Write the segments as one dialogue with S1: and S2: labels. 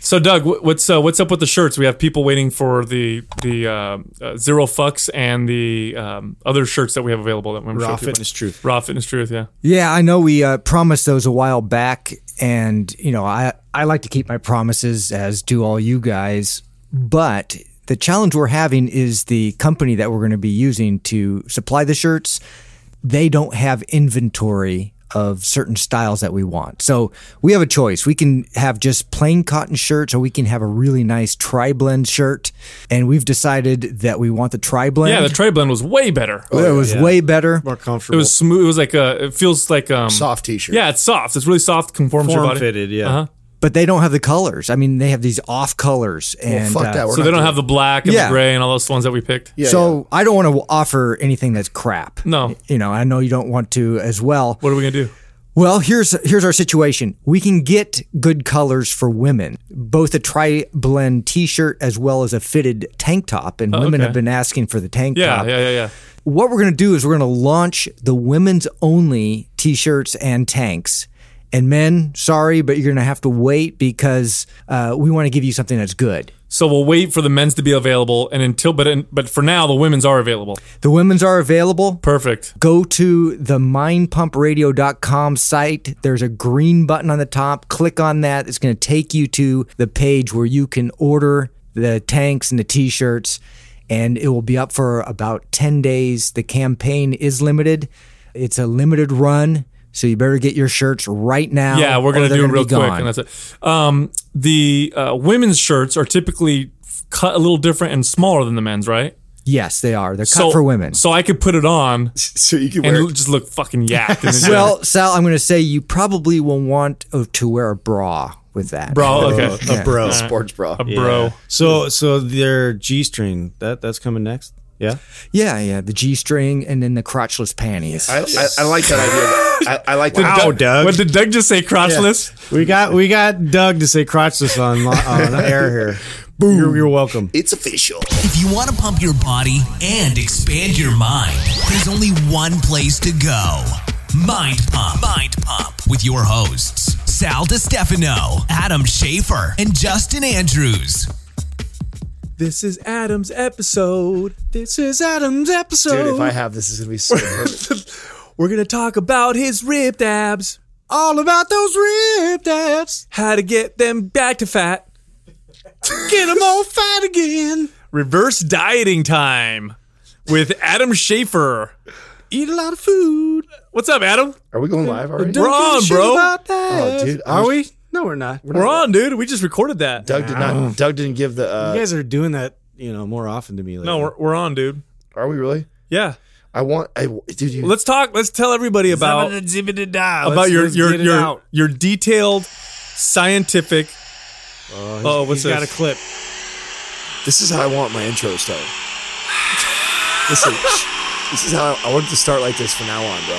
S1: So, Doug, wh- what's uh, what's up with the shirts? We have people waiting for the the uh, uh, zero fucks and the um, other shirts that we have available. That we
S2: Raw fitness truth.
S1: Raw fitness truth. Yeah.
S3: Yeah, I know we uh, promised those a while back, and you know I I like to keep my promises, as do all you guys. But the challenge we're having is the company that we're going to be using to supply the shirts. They don't have inventory of certain styles that we want, so we have a choice. We can have just plain cotton shirts, or we can have a really nice tri blend shirt. And we've decided that we want the tri blend.
S1: Yeah, the trade blend was way better.
S2: Oh,
S3: it was way better.
S2: More
S1: It
S2: comfortable.
S1: was smooth. It was like a. It feels like um
S2: soft t-shirt.
S1: Yeah, it's soft. It's really soft. Conforms your body.
S4: Form-fitted, yeah.
S1: Uh-huh.
S3: but they don't have the colors. I mean, they have these off colors, and
S2: fuck that.
S3: uh,
S2: We're
S1: So
S2: not
S1: they don't
S2: doing
S1: have the black and
S3: Yeah.
S1: the gray and all those ones that we picked.
S2: Yeah,
S3: so I don't want to offer anything that's crap.
S1: No.
S3: you know, I know you don't want to as well.
S1: What are we gonna do?
S3: Well, here's here's our situation. We can get good colors for women, both a tri blend T-shirt as well as a fitted tank top, and women
S1: Oh, okay.
S3: have been asking for the tank
S1: Yeah,
S3: top.
S1: yeah, yeah, yeah.
S3: What we're going to do is we're going to launch the women's only T-shirts and tanks. And men, sorry, but you're going to have to wait because uh, we want to give you something that's good.
S1: So we'll wait for the men's to be available, and until but in, but for now the women's are available.
S3: The women's are available.
S1: Perfect.
S3: Go to the mindpumpradio.com site. There's a green button on the top. Click on that. It's going to take you to the page where you can order the tanks and the t shirts, and it will be up for about 10 days. The campaign is limited, it's a limited run. So you better get your shirts right now.
S1: Yeah, we're gonna
S3: or they're
S1: do it
S3: gonna
S1: real
S3: be
S1: quick,
S3: gone.
S1: and that's it. Um, the uh, women's shirts are typically f- cut a little different and smaller than the men's, right?
S3: yes, they are. They're cut
S1: so
S3: for women.
S1: So I could put it on
S2: So you can
S1: and
S2: wear.
S1: l- just look fucking yacked. in the shower.
S3: well, Sal, I'm going to say you probably will want uh, to wear a bra with that.
S1: bro, okay,
S2: a bro, sports bra.
S1: a bro.
S4: So so their G string that that's coming next. Yeah.
S3: Yeah, yeah, the G string and then the crotchless panties.
S2: I, I, I like that idea. I, I like that.
S4: Wow, Doug.
S1: What Oh, did Doug just say? Crotchless.
S4: We got we got Doug to say crotchless on on air here. Boom. You're, you're welcome.
S2: It's official.
S5: If you want to pump your body and expand your mind, there's only one place to go. Mind Pump. Mind Pump with your hosts, Sal DiStefano, Adam Schaefer, and Justin Andrews.
S4: This is Adam's episode. This is Adam's episode.
S2: Dude, if I have this, is gonna be so. perfect.
S4: We're gonna talk about his ripped abs. All about those ripped abs.
S1: How to get them back to fat?
S4: Get them all fat again.
S1: Reverse dieting time with Adam Schaefer.
S4: Eat a lot of food.
S1: What's up, Adam?
S2: Are we going live already?
S4: Don't give
S1: We're
S4: a
S1: on,
S4: shit
S1: bro.
S4: about that.
S2: Oh, dude, I
S4: are
S2: was-
S4: we? No, we're not.
S1: We're on, dude. We just recorded that.
S2: Doug did not. Doug didn't give the.
S4: You
S2: Uh,
S4: guys are doing that, you know, more often to me. Lately.
S1: No, we're, we're on, dude.
S2: are we really?
S1: Yeah.
S2: I want. I dude. You,
S1: Let's talk. Let's tell everybody about about
S4: Let's-
S1: your
S4: let's
S1: your
S4: get it
S1: your,
S4: out.
S1: your detailed scientific. Oh, what's
S4: He's got a
S1: this?
S4: clip.
S2: This is how I want my intro to start. This is, this is how I, I want it to start like this from now on, bro.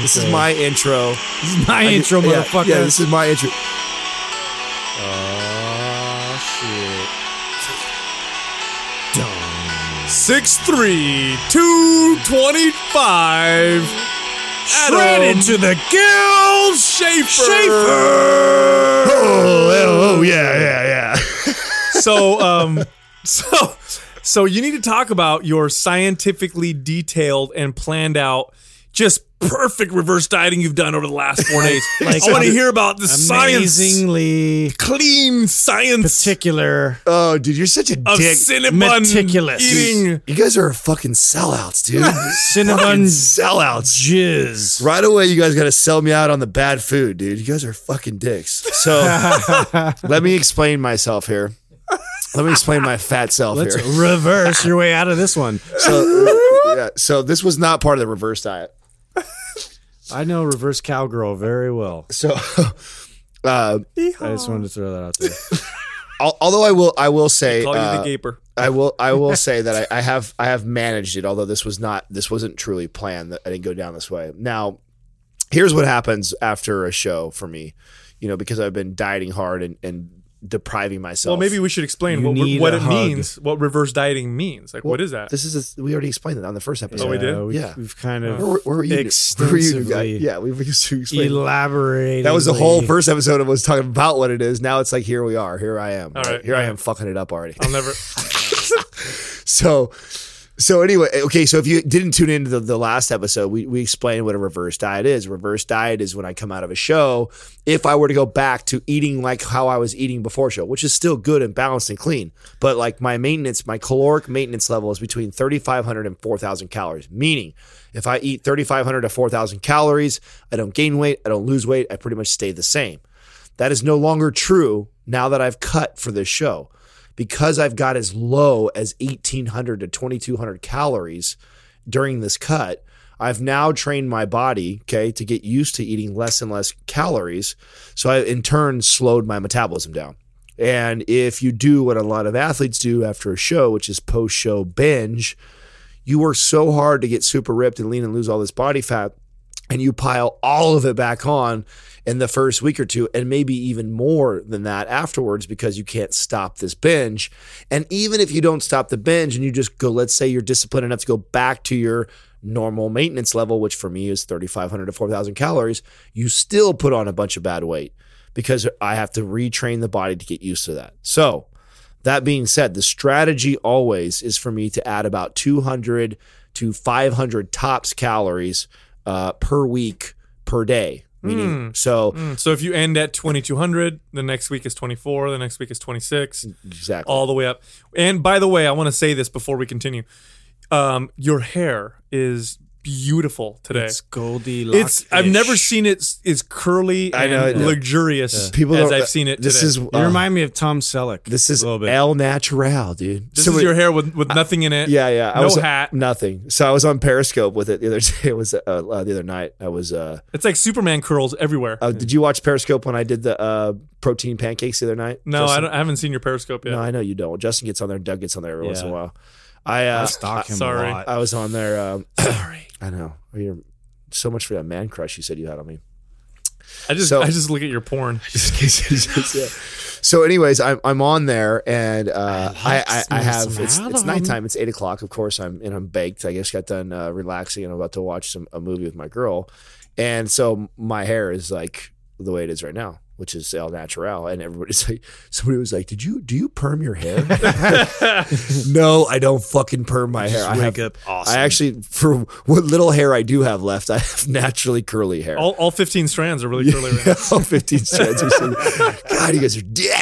S2: This is my intro.
S4: This is my
S1: Oh,
S4: intro,
S2: yeah,
S4: motherfucker.
S2: Yeah, this is my intro.
S4: oh
S1: Six three two twenty five. Shredded to the gill, Schaefer.
S2: Oh, oh yeah, yeah, yeah.
S1: So, um, so, so you need to talk about your scientifically detailed and planned out, just perfect reverse dieting you've done over the last four days. I
S2: uh,
S1: want to hear about the
S4: shit!
S1: science,
S4: Amazingly
S1: clean science
S4: particular.
S2: Oh, dude, you're such a
S1: of
S2: dick.
S1: cinnamon
S4: meticulous.
S1: eating.
S2: you guys are fucking sellouts, dude. fucking
S4: cinnamon
S2: sellouts.
S4: jizz.
S2: Right away, you guys got to sell me out on the bad food, dude. You guys are fucking dicks. So let me explain myself here. Let me explain my fat self
S4: Let's
S2: here.
S4: reverse your way out of this one.
S2: So, yeah, so this was not part of the reverse diet.
S4: I know reverse cowgirl very well.
S2: So, uh,
S4: I just wanted to throw that out there.
S2: al- although I will, I will say,
S1: Call you
S2: uh,
S1: the gaper.
S2: I will, I will say that I, I have, I have managed it. Although this was not, this wasn't truly planned. That I didn't go down this way. Now, here's what happens after a show for me, you know, because I've been dieting hard and and depriving myself.
S1: Well, maybe we should explain
S3: You
S1: what,
S3: need
S1: what
S3: a
S1: it
S3: hug.
S1: means, what reverse dieting means. Like, what is that?
S2: This is a, we already explained that on the first episode.
S1: Oh, we did?
S4: we,
S2: Yeah.
S4: We've kind
S2: Where, were-
S4: of
S2: where were you? Where were you guy-
S4: extensively
S2: yeah, we we used to explain.
S4: elaborated.
S2: that was the whole first episode. I was talking about what it is. Now it's like here we are. Here I am.
S1: All right,
S2: Here I
S1: yeah.
S2: am fucking it up already.
S1: I'll never.
S2: so so anyway okay so if you didn't tune into the, the last episode we, we explained what a reverse diet is reverse diet is when i come out of a show if i were to go back to eating like how i was eating before show which is still good and balanced and clean but like my maintenance my caloric maintenance level is between 3500 and 4000 calories meaning if i eat 3500 to 4000 calories i don't gain weight i don't lose weight i pretty much stay the same that is no longer true now that I've cut for this show. Because I've got as low as 1800 to 2200 calories during this cut, I've now trained my body, okay, to get used to eating less and less calories. So I, in turn, slowed my metabolism down. And if you do what a lot of athletes do after a show, which is post show binge, you work so hard to get super ripped and lean and lose all this body fat and you pile all of it back on in the first week or two and maybe even more than that afterwards because you can't stop this binge and even if you don't stop the binge and you just go let's say you're disciplined enough to go back to your normal maintenance level which for me is 3500 to 4000 calories you still put on a bunch of bad weight because i have to retrain the body to get used to that so that being said, the strategy always is for me to add about 200 to 500 tops calories uh, per week per day.
S1: Hmm.
S2: Meaning, so
S1: So if you end at 2200, the next week is 24, the next week is 26,
S2: exactly.
S1: all the way up. And by the way, I want to say this before we continue. Um, your hair is beautiful today.
S4: It's Goldie.
S1: It's I've never seen it s- as curly
S2: I
S1: and
S2: know, I know.
S1: luxurious
S2: people
S1: as
S2: don't-
S1: I've seen it.
S2: This
S1: today.
S2: is
S1: this
S4: You
S2: uh,
S4: remind me of Tom Selleck.
S2: this is
S4: a little bit.
S2: El Natural, dude. So
S1: is
S2: it-
S1: your hair with, with nothing in it.
S2: Yeah, yeah. I
S1: no
S2: was, uh,
S1: hat.
S2: Nothing. So I was on Periscope with it the other day. It was uh, uh, the other night. I was. Uh,
S1: It's like Superman curls everywhere.
S2: uh, did you watch Periscope when I did the uh, protein pancakes the other night?
S1: no,
S2: Justin?
S1: I, don't, I haven't seen your Periscope yet.
S2: No, I know you don't. Justin gets on there. Doug gets on there every once in a
S4: Yeah.
S2: while. I uh,
S4: I stalk him
S1: Ah, sorry.
S4: a lot.
S2: I was on there. Um, Sorry, I know. You're so much for that man crush you said you had on me.
S1: I just
S2: So-
S1: I just look at your porn.
S2: Yeah. So, anyways, I'm I'm on there, and uh, I, I, I have it's, it's nighttime. It's eight o'clock, of course. I'm and I'm baked. I just got done uh, relaxing, and I'm about to watch some a movie with my girl, and so my hair is like the way it is right now, which is el natural. And everybody's like, somebody was like, "Did you do you perm your hair?" no, I don't fucking perm my hair. I have
S4: up awesome.
S2: I actually, for what little hair I do have left, I have naturally curly hair.
S1: All, all 15 strands are really curly right now.
S2: All 15 strands. Or something. God, you guys are dicks.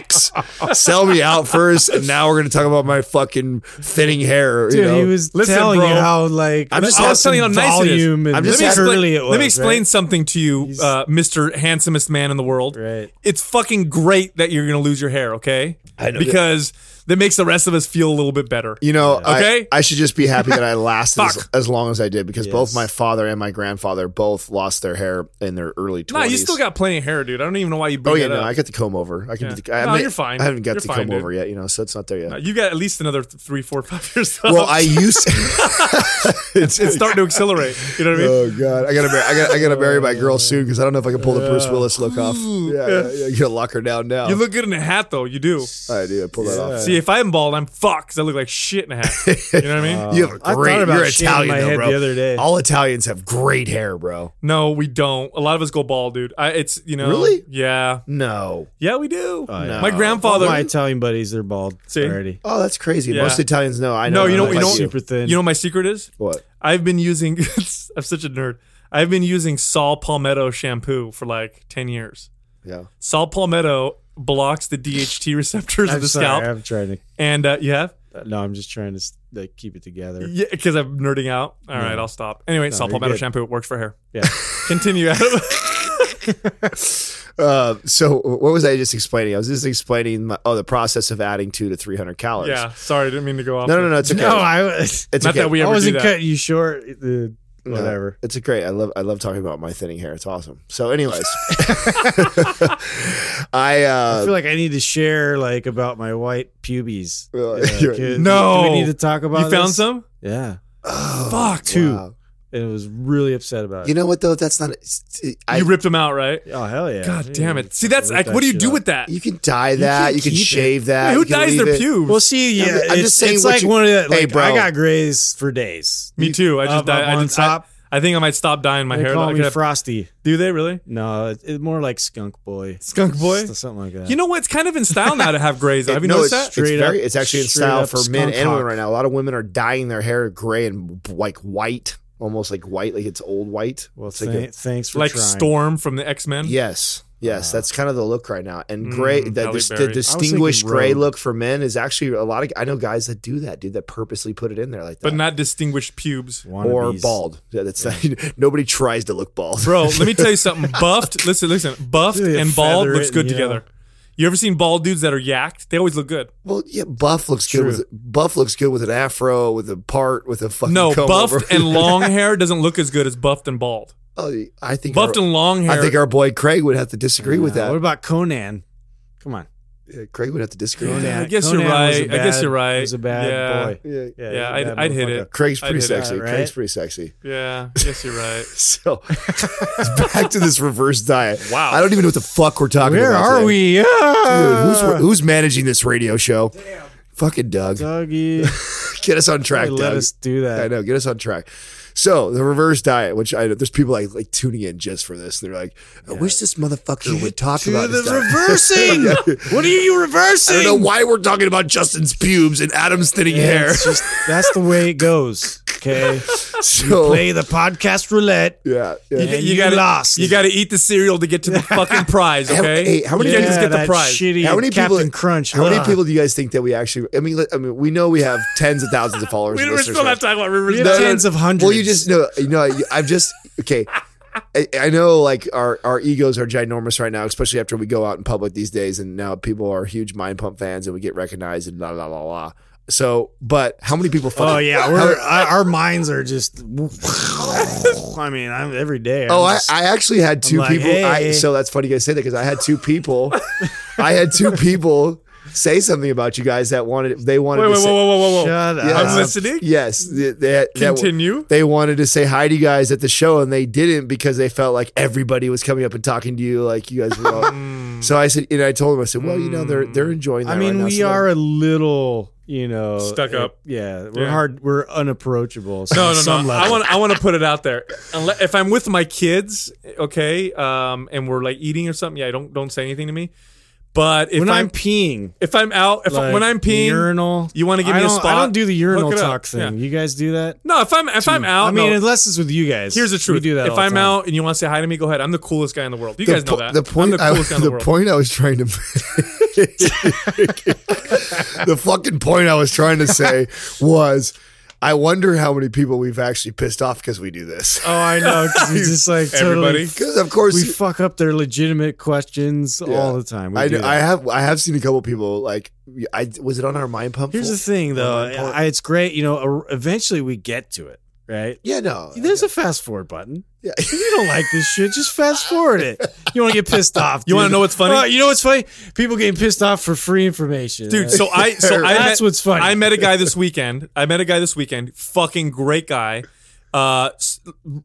S2: Sell me out first, and now we're going to talk about my fucking thinning hair. you
S4: Dude,
S2: know?
S4: he was
S1: Listen,
S4: telling
S1: bro.
S4: you how like
S2: I'm just-
S1: I was
S4: awesome
S1: telling you how nice it is.
S4: volume and
S2: I'm just
S1: let me
S4: curly
S1: explain,
S4: it was.
S1: let me explain
S4: right?
S1: something to you, uh, Mr. Handsomest Man in the World.
S4: Right.
S1: It's fucking great that you're going to lose your hair, okay?
S2: I know.
S1: Because that makes the rest of us feel a little bit better.
S2: You know, I-
S1: Okay.
S2: I, should just be happy that I lasted as,
S1: Fuck.
S2: as long as I did because both
S4: Yes.
S2: my father and my grandfather both lost their hair in their early 20s.
S1: Nah, you still got plenty of hair, dude. I don't even know why you bring
S2: Oh yeah,
S1: that
S2: no,
S1: up.
S2: I got the comb over. I can.
S1: Yeah.
S2: do the- I
S1: No,
S2: haven't-
S1: you're fine.
S2: I haven't got
S1: You're
S2: the
S1: fine,
S2: comb
S1: dude.
S2: over yet, you know, so it's not there yet.
S1: you got at least another th- three, four, five years.
S2: well,
S1: left.
S2: I used. it's,
S1: it's starting to accelerate. You know what I mean?
S2: Oh god, I gotta, mar- I gotta, I gotta marry my girl soon because I don't know if I can pull the Bruce Willis look off. Yeah, yeah, yeah, you gotta lock her down now.
S1: you look good in a hat, though. You do.
S2: I do pull that off.
S1: See, if I'm bald, I'm fucked 'cause I look like shit in a hat. You know what I mean?
S2: you have a
S4: I thought
S2: great.
S4: about
S2: You're
S4: shaving
S2: Italian,
S4: my
S2: though,
S4: head
S2: bro.
S4: the other day.
S2: All Italians have great hair, bro.
S1: No, we don't. A lot of us go bald, dude. I, it's you know.
S2: Really?
S1: Yeah.
S2: No.
S1: Yeah, we do.
S2: yeah.
S1: My
S2: No.
S1: grandfather.
S4: my Italian buddies they're bald
S1: Oh, See?
S4: already.
S2: Oh, that's crazy.
S1: Yeah.
S2: Most Italians know. I know.
S1: no, you know, you
S2: I'm like
S1: know,
S4: Super thin.
S1: you know, what my secret is
S2: what?
S1: I've been using. I'm such a nerd. I've been using Sol Palmetto shampoo for like ten years.
S2: Yeah.
S1: Sol Palmetto blocks the DHT receptors of
S4: I'm
S1: the
S4: sorry.
S1: scalp,
S4: I'm trying to.
S1: and uh, you have
S4: No, I'm just trying to like keep it together.
S1: yeah, because I'm nerding out. All right, I'll stop. Anyway, Sol
S4: you're
S1: Palmetto
S4: good.
S1: shampoo it works for hair.
S4: Yeah.
S1: Continue, Adam.
S2: Uh, so what was I just explaining? I was just explaining my, oh the process of adding two to three hundred calories.
S1: yeah, sorry, I didn't mean to go off.
S2: No, no, no. It's okay.
S4: No, I was.
S2: it's
S1: Not
S2: okay.
S1: that we
S4: I
S1: ever do
S4: wasn't
S1: that.
S4: cutting you short. The,
S2: No,
S4: whatever.
S2: it's a great. I love. I love talking about my thinning hair. It's awesome. So, anyways, I.
S4: I
S2: uh
S4: feel like I need to share like about my white pubes.
S2: Well,
S4: Yeah,
S2: you're-
S4: can-
S1: No.
S4: do we need to talk about.
S1: You found
S4: this?
S1: some?
S4: Yeah,
S1: Fuck,
S4: two.
S2: oh, Wow.
S6: and was really upset about it.
S2: You know what though? That's not. it's- it- I,
S1: you ripped them out, right?
S6: oh hell yeah!
S1: God
S6: Yeah,
S1: damn
S6: you
S1: it! See, that's
S6: rip
S1: like,
S6: that
S1: what do you
S6: shit
S1: do
S6: out.
S1: with that?
S2: you can dye that.
S6: can
S2: You can,
S6: keep it.
S2: shave that.
S1: Yeah, who
S2: you can
S1: dyes their
S2: leave it.
S1: pubes?
S6: Well, see, yeah,
S2: I'm just
S6: it's,
S2: saying
S6: it's
S2: what
S6: like
S2: you-
S6: one of the. Like,
S2: Hey, bro.
S6: I got grays for days.
S1: Me too. I just
S6: Up-
S1: dyed.
S6: up
S1: I
S6: uh, on
S1: just,
S6: top.
S1: I, I think I might stop dyeing my
S6: they
S1: hair.
S6: call
S1: I
S6: me
S1: could have-
S6: Frosty.
S1: do they really?
S6: No, it's it's more like Skunk Boy.
S1: Skunk boy?
S6: S- something like that.
S1: You know what? It's kind of in style now to have grays. Have you
S2: no,
S1: noticed
S2: it's,
S1: that?
S2: It's,
S6: Straight
S2: very,
S6: up-
S2: it's actually in
S6: straight
S2: style
S6: up
S2: for men and women
S6: skunkhawk.
S2: right now. A lot of women are dyeing their hair gray and like white, almost like white, like it's old white.
S6: Well,
S2: it's like
S6: thank-
S2: a-
S6: thanks for
S1: Like
S6: trying.
S1: Storm from the X Men.
S2: yes, yes, that's kind of the look right now. And gray,
S1: Uh, Mm,
S2: the,
S1: Halle
S2: the,
S1: Berry. I
S2: the
S1: was
S2: distinguished
S6: thinking
S2: gray
S6: rogue.
S2: look for men is actually a lot of. I know guys that do that, dude, that purposely put it in there like that,
S1: but not distinguished pubes.
S2: or
S6: Wannabes.
S2: bald. Yeah, that's not, nobody tries to look bald,
S1: Bro, let me tell you something. Buffed, listen, listen. Buffed
S6: Yeah,
S1: and bald
S6: feather
S1: looks
S6: it,
S1: good
S6: yeah.
S1: together. You ever seen bald dudes that are yacked? They always look good.
S2: Well, yeah, buff looks good. With, buff looks good with an afro, with a part, with a fucking
S1: No,
S2: comb
S1: buffed
S2: over.
S1: and long hair doesn't look as good as buffed and bald.
S2: Oh, I think
S1: Buffed
S2: our,
S1: and long hair.
S2: I think our boy Craig would have to disagree with
S6: Uh,
S2: that.
S6: What about Conan? Come on,
S2: Yeah, Craig would have to disagree with
S6: Conan.
S2: that.
S1: I guess
S6: Conan
S1: you're
S6: was a
S1: right. I guess
S6: bad-
S1: you're right.
S6: Was a bad
S1: Yeah.
S6: boy.
S2: Yeah.
S6: Yeah,
S1: Yeah,
S6: he's a
S1: I'd-
S6: bad
S1: I'd hit
S6: motherfucker.
S1: it.
S2: Craig's
S1: I
S2: pretty
S1: did that,
S2: sexy.
S6: right?
S2: Craig's pretty sexy.
S1: Yeah, I guess you're right.
S2: So back to this reverse diet.
S1: Wow.
S2: I don't even know what the fuck we're talking
S6: Where
S2: about.
S6: are
S2: today.
S6: we? Ah!
S2: Dude, who's, who's managing this radio show? Fucking Doug.
S6: Doggy.
S2: Get us on track,
S6: They let
S2: Doug.
S6: us do that.
S2: I know. Get us on track. So the reverse diet, which I there's people like like tuning in just for this. They're like, I wish this motherfucker would talk
S6: To
S2: about
S6: the
S2: his diet.
S6: reversing. what are you reversing?
S2: I don't know why we're talking about Justin's pubes and Adam's thinning
S6: Yeah,
S2: hair.
S6: it's just- that's the way it goes. Okay,
S2: So
S6: play the podcast roulette.
S2: yeah, yeah.
S6: And
S1: you
S6: you
S1: gotta-
S6: lost.
S1: You got to eat the cereal to get to the fucking prize,
S2: How-
S1: okay?
S2: hey, how many-
S1: you can't
S6: yeah,
S1: just get the
S6: that
S1: prize.
S6: Shitty
S2: How many
S6: Captain
S2: people?
S6: Crunch.
S2: How many
S6: Ugh.
S2: people do you guys think that we actually? I mean, let- I mean, we know we have tens of thousands of followers.
S1: We,
S2: and
S1: we're
S2: listeners,
S1: still
S2: right?
S1: not talking about reverse
S6: We have
S1: diet.
S6: tens of hundreds.
S2: Well, you just know, you know. I- I've just okay. I, I know, like our our egos are ginormous right now, especially after we go out in public these days, and now people are huge Mind Pump fans, and we get recognized, and la la la la. So, but how many people? Fucking,
S6: Oh yeah,
S2: how-
S6: we're our our minds are just. I mean, I'm every day. I'm
S2: Oh, I,
S6: just-
S2: I actually had two
S6: like,
S2: people. I,
S6: hey.
S2: so that's funny you guys say that because I had two people. I had two people say something about you guys that wanted. They wanted
S1: Wait, wait,
S2: to
S1: whoa,
S2: say,
S1: whoa, whoa, whoa, whoa.
S6: Shut
S2: oh, Yeah.
S6: up.
S1: I'm listening.
S2: yes. They, they, that-
S1: Continue.
S2: they wanted to say hi to you guys at the show and they didn't because they felt like everybody was coming up and talking to you like you guys were
S1: Hmm.
S2: all. so I said, and I told them, I said, well, you know, they're they're enjoying that.
S6: I mean,
S2: right now,
S6: we
S2: so
S6: are a little, you know,
S1: Stuck
S6: uh,
S1: up.
S6: yeah, we're
S1: Yeah.
S6: hard. We're unapproachable. So
S1: No,
S6: on
S1: no,
S6: some
S1: no.
S6: Level.
S1: I want I want to put it out there. Unle- If I'm with my kids, okay, um, and we're like eating or something, yeah, don't don't say anything to me. But if
S6: when I'm,
S1: I'm
S6: peeing.
S1: if I'm out, if
S6: like,
S1: when I'm peeing,
S6: urinal.
S1: you wanna give
S6: I
S1: me a
S6: don't-
S1: spot?
S6: I don't do the urinal
S1: Hook it up.
S6: talk thing.
S1: Yeah.
S6: You guys do that?
S1: no, if I'm if I'm out,
S6: I mean,
S1: no.
S6: unless it's with you guys.
S1: here's the truth.
S6: We do that.
S1: if
S6: all the
S1: I'm
S6: time.
S1: out and you want to say hi to me, go ahead. I'm the coolest guy in the world. You guys know
S2: po-
S1: that.
S2: The point,
S1: I'm the
S2: I,
S1: coolest guy in the,
S2: the
S1: world.
S2: point I was trying to, the fucking point I was trying to say was, I wonder how many people we've actually pissed off because we do this.
S6: oh, I know. 'cause we just like
S1: Everybody.
S6: totally.
S2: Because of course
S6: We fuck up their legitimate questions all the time. We
S2: I,
S6: do
S2: know-
S6: that.
S2: I have I have seen a couple people like I was it on our mind pump.
S6: Here's the
S2: full-
S6: thing, though.
S2: Online porn.
S6: I, it's great. You know, e- eventually we get to it, right?
S2: yeah, no,
S6: There's a fast forward button.
S2: Yeah.
S6: If you don't like this shit, just fast forward it. You want to get pissed off.
S1: You wanna
S6: dude.
S1: know what's funny?
S6: Oh, you know what's funny? People getting pissed off for free information,
S1: Dude,
S6: Uh,
S1: so I so I
S6: That's
S1: met,
S6: what's funny.
S1: I met a guy this weekend. I met a guy this weekend. Fucking great guy. Uh, s-